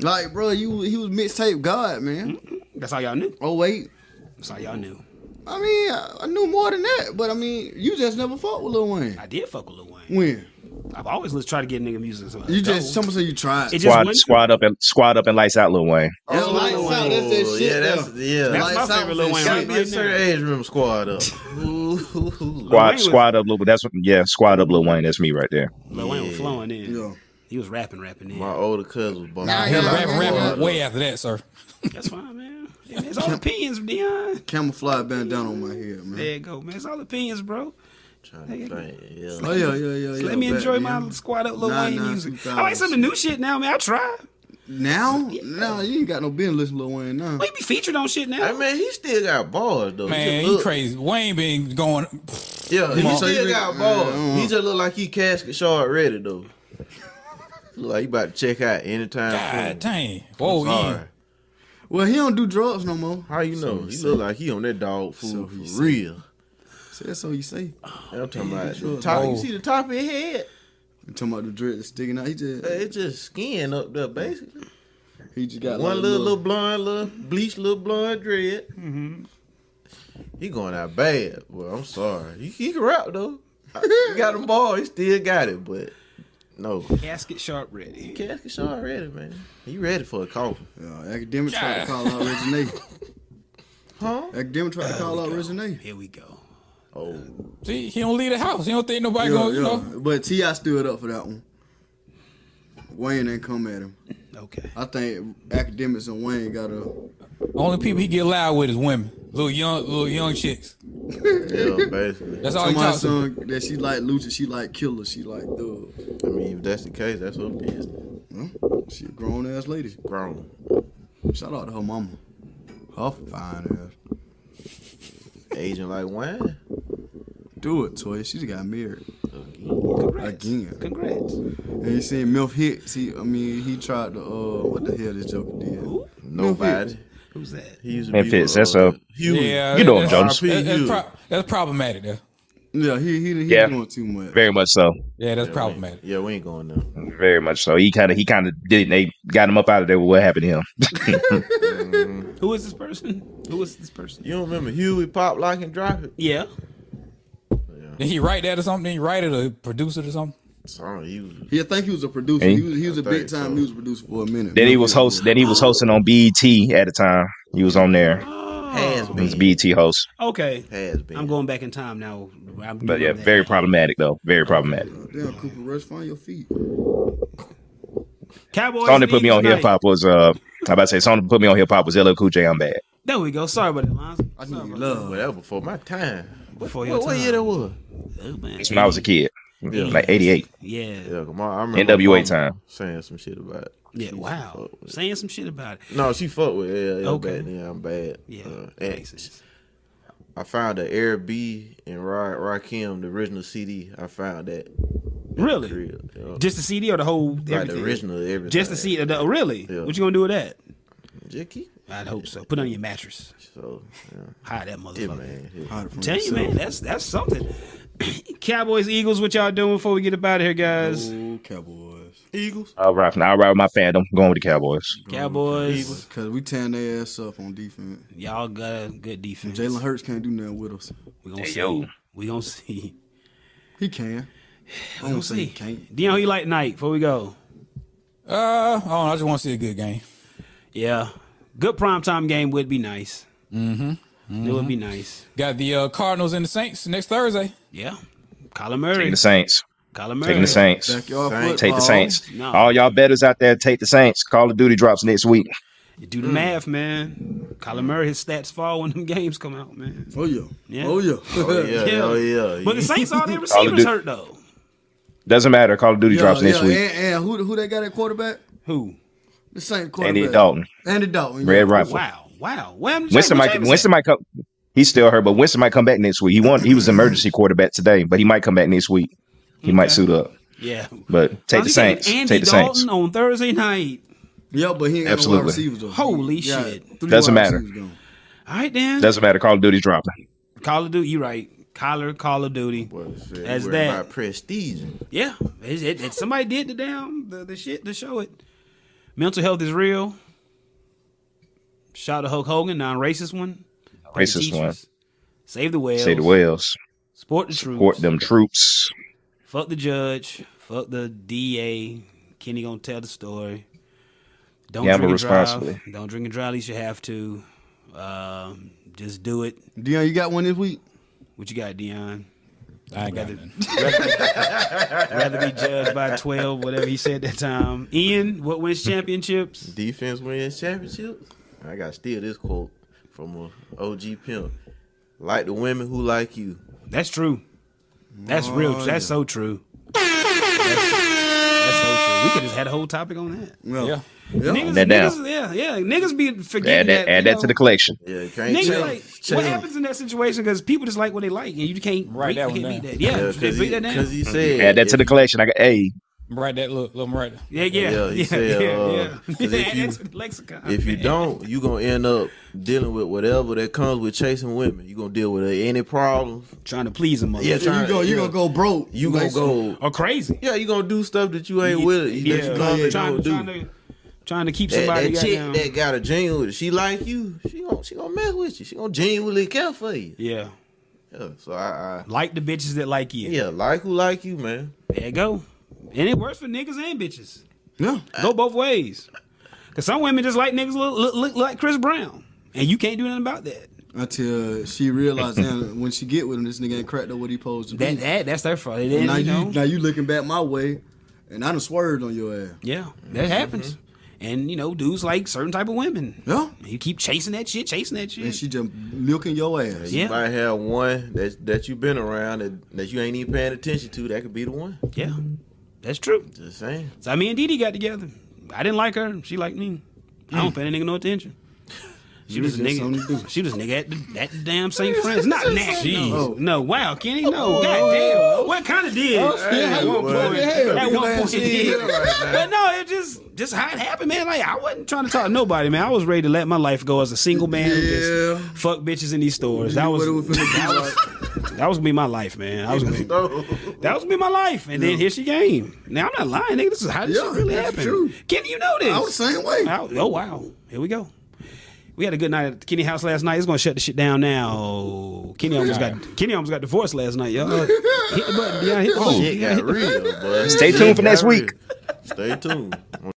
Like, bro, you he was mixtape god, man. That's all y'all knew. Oh wait, That's all y'all knew. I mean, I, I knew more than that, but I mean, you just never fought with Lil Wayne. I did fuck with Lil Wayne. When I've always let's try to get nigga music. So you just someone said you tried. it just Squad, went- squad up and squad up and lights out, Lil Wayne. That's lights Oh, out. That's that shit. Yeah, that's there. yeah. That's Like, my Lights out favorite Lil and Wayne shit. gotta right be a right certain now. age room squad up. Wayne Squad, was- squad up, Lil. That's what, yeah, squad up, Lil Wayne. That's me right there. Lil Wayne was flowing in. Yeah. He was rapping, rapping in. My older cousin was bumping. Nah, he yeah, was yeah, rapping yeah. rapping way after that, sir. That's fine, man. Yeah, man, It's all opinions, Dion. Camouflage bandana on my head, man. There you go, man. It's all opinions, bro. Trying to think, yeah. Oh yeah, yeah, yeah. yeah Let me back enjoy then. my squad up Lil Nah, Wayne nah, music. 2000. I like some of the new shit now, man. I try. Now, now you ain't got no business listening to Lil Wayne now. We be featured on shit now. I mean, he still got bars though. Man, just he Oh, look- crazy. Wayne been going. Yeah, he on. still got bars. He just look like he casket shard ready though. look like he about to check out anytime God soon. dang. Whoa, Sorry. Ian. Well, he don't do drugs no more. How you know? he look like he on that dog food So he for said. real. So that's all you say. I'm talking about the drugs. top. Oh. You see the top of his head? Uh, You talking about the dread that's sticking out? He just, It's just skin up there, basically. he just got like One little, little blonde, little bleached, little blonde dread. He going out bad. Well, I'm sorry. He, he can rap though. He got the ball. He still got it, but no. Casket sharp ready. Casket Sean ready, man. He ready for a coffin. Uh, academic tried to call out Reginae. Huh? Academic tried to call out Reginae. Here we go. Oh, See, he don't leave the house. He don't think nobody Yeah, gonna, you yeah. know. But T.I. stood up for that one. Wayne ain't come at him. Okay. I think academics and Wayne got a. Only people he get loud with is women. Little young, little young chicks. yeah, basically. That's all Somebody he talks to. sung that she like Lucha, she like Killer, she like Thug. I mean, if that's the case, that's what it is. Huh? She a grown ass lady. Grown. Shout out to her mama. Her fine ass. Aging like wine. Do it, Toy. She just got married Congrats. again. Congrats. And you seen Milf hits. He, I mean, he tried to. Uh, what the hell this Joker did? Nobody. Who's that? He used to Memphis, be, that's uh, a- Huey. Yeah, You know him, Jonas. that's- That's, that's Huey. pro- that's problematic, though. Yeah, he he, he Yeah. doing too much. Very much so. Yeah, that's Yeah, we ain't- problematic. yeah, we ain't going there. Very much so. He kind of he kind of did. They got him up out of there with what happened to him. Who is this person? Who is this person? You don't remember Huey pop lock and drop it? Yeah. Did he write that or something? Did he write it or produce it or something? Sorry, you. He, I think he was a producer. Hey. He was, he was a think big time so. music producer for a minute. Then he Milf was Hit host. Then he was hosting on BET at the time. He was on there. Has He was been. BET host. Okay. Has been. Oh. I'm going back in time now. I'm But yeah, doing that. very problematic though. Very problematic. Damn, Cooper Rush, find your feet. Cowboys. Song that put me Eagles on hip tonight. hop was uh. I about to say song that put me on hip hop was LL Cool J. I'm bad. There we go. Sorry about that, Lonzo. I Sorry need about love. Well, that was before my time. Before what, your what, what year time. that was? that. Oh, man. That's when I was a kid, like '88. Yeah. Yeah, come on. I remember my NWA mama time. saying some shit about it. Yeah, She wow. fuck with it. Saying some shit about it. No, she fucked with LL Okay. back then. I'm bad. Yeah. Uh, that and makes sense. I found the Air B and Ra- Rakim, the original CD. I found that. Really? Real. Yeah. Just the CD or the whole like everything? the original everything. Just the CD. The, oh, really? Yeah. What you gonna do with that? Jicky. I'd hope so. Put it on your mattress. So, yeah. Hide that Yeah, motherfucker. man. Yeah. Hide it from Tell you, yourself. man, that's that's something. Cowboys, Eagles, what y'all doing before we get up out of here, guys? Ooh, Cowboys. Eagles. I'll ride. I'll ride with my fandom. Going with the Cowboys. Cowboys, Cause we tearing their ass up on defense. y'all got a good defense. Jalen Hurts can't do nothing with us. we gonna Hey, see. yo. We gonna see. He can. I We don't gonna say he see. can't. Dion, who you like tonight? Before we go, Uh, I don't know. I just want to see a good game. yeah, good primetime game would be nice. Mm-hmm. It would be nice. Got the uh, Cardinals and the Saints next Thursday. Yeah, Kyler Taking Murray. the Saints. Kyler Murray. Taking the Saints. Backyard football. Saints. Take the Saints. Oh, No. All y'all betters out there, take the Saints. Call of Duty drops next week. You do the math, man. Kyler Murray, his stats fall when them games come out, man. Oh yeah. Yeah. Oh yeah. Oh, yeah. Oh, yeah. But the Saints, all their Call of receivers Duty. hurt though. Doesn't matter. Call of Duty Yeah, drops next yeah, week. And, and who who they got at quarterback? Who? The same quarterback. Andy Dalton, Andy Dalton. Red yeah. Rifle. Wow, wow. What happened to Winston James- might. James- Winston might come. He's still hurt, but Winston might come back next week. He won. He was emergency quarterback today, but he might come back next week. He might suit up. Yeah. But take the Now, you got Saints. Andy Take the Dalton Saints. on Thursday night. Yeah, but he ain't got no Absolutely. wide receivers. Though. Holy He got shit. three Doesn't wide matter. receivers gone. All right, then. Doesn't matter. Call of Duty dropping. Call of Duty. You right. Collar, Call of Duty. As As that. My prestige. Yeah. It, it- it- somebody did the damn the, the shit to show it. Mental health is real. Shout out to Hulk Hogan, non-racist one. Pay the Racist one. teachers. Save the whales. Say the whales. Support the troops. Support them troops. Fuck the judge. Fuck the DA. Kenny gonna tell the story. Don't Gamble drink and drive. responsibly. Don't drink and drive. At least you have to. Um, just do it. Dion, you got one this week? What you got, Dion? I ain't got nothing. Rather be judged by twelve, whatever he said that time. Ian, what wins championships? Defense wins championships. I got to steal this quote from a OG pimp. Like the women who like you. That's true. That's Oh, real. That's so true. That's, that's so true. We could just had a whole topic on that. No. Yeah. Niggas, that down. niggas- yeah, yeah. Niggas be Add forgetting that. that Add you that to the know, collection. Yeah, you can't Niggas tell. like what happens in that situation because people just like what they like and you can't Write beat- that one you can't down. beat that. Yeah, Yeah, they because beat he, that down. 'cause he said. Add that to the if- collection. I got. Hey, Right, that look, look right. there. Yeah, yeah, yeah, Yeah, he yeah, said, yeah, uh, yeah. 'cause if Add you- that to the lexicon, If you man. don't, you're going to end up dealing with whatever that comes with chasing women. You're going to deal with any problem. trying to please a mother, Yeah, You go. You Yeah. gonna go broke. you going to Like, go. or crazy, Yeah, you going to do stuff that you ain't with. yeah, that you trying, normally trying, don't do. to trying to keep That, somebody. that chick goddamn- that got a genuine, she like you. She gonna she gonna mess with you. She gonna genuinely care for you. yeah, Yeah, so I, I Like the bitches that like you. yeah, like who like you, man. There you go. And it works for niggas and bitches. No. Go both ways. Cause some women just like niggas look, look, look like Chris Brown, and you can't do nothing about that. Until she realized that when she get with him, this nigga ain't cracked up what he posed to That Mm-hmm. be. that that's their fault. It And is, now you you, know. now you looking back my way, and I done swerved on your ass. Yeah, that Mm-hmm. happens. And you know, dudes like certain type of women. Yeah. You keep chasing that shit, chasing that shit. And she just milking your ass. You Yeah. might have one that that you've been around that, that you ain't even paying attention to. That could be the one. yeah, that's true. Just saying. So me and Didi got together. I didn't like her. She liked me. I don't pay that nigga no attention. She was a Hmm. just something to nigga. She was a nigga at the, at the damn St. Francis. Not now. No. Jeez. no, wow, Kenny. No, goddamn. What kind of did? Yeah, Hey, well, At one Glad point, she it here did. but no, it just just how it happened, man. Like I wasn't trying to talk to nobody, man. I was ready to let my life go as a single man. who just Yeah. fuck bitches in these stores. That was What it was finna be like. that was gonna be my life, man. I was gonna be, that was gonna be my life, and then here she came. Now I'm not lying, nigga. This is how this Yeah, shit really that's happened. true. Kenny, you know this. I was the same way. I- oh wow, here we go. We had a good night at the Kenny house last night. It's gonna shut the shit down now. Kenny almost got Kenny almost got divorced last night, y'all. hit Oh, the button, yeah, hit the button. Shit got real, boy. Oh, Stay Shit tuned for next got week. real. Stay tuned.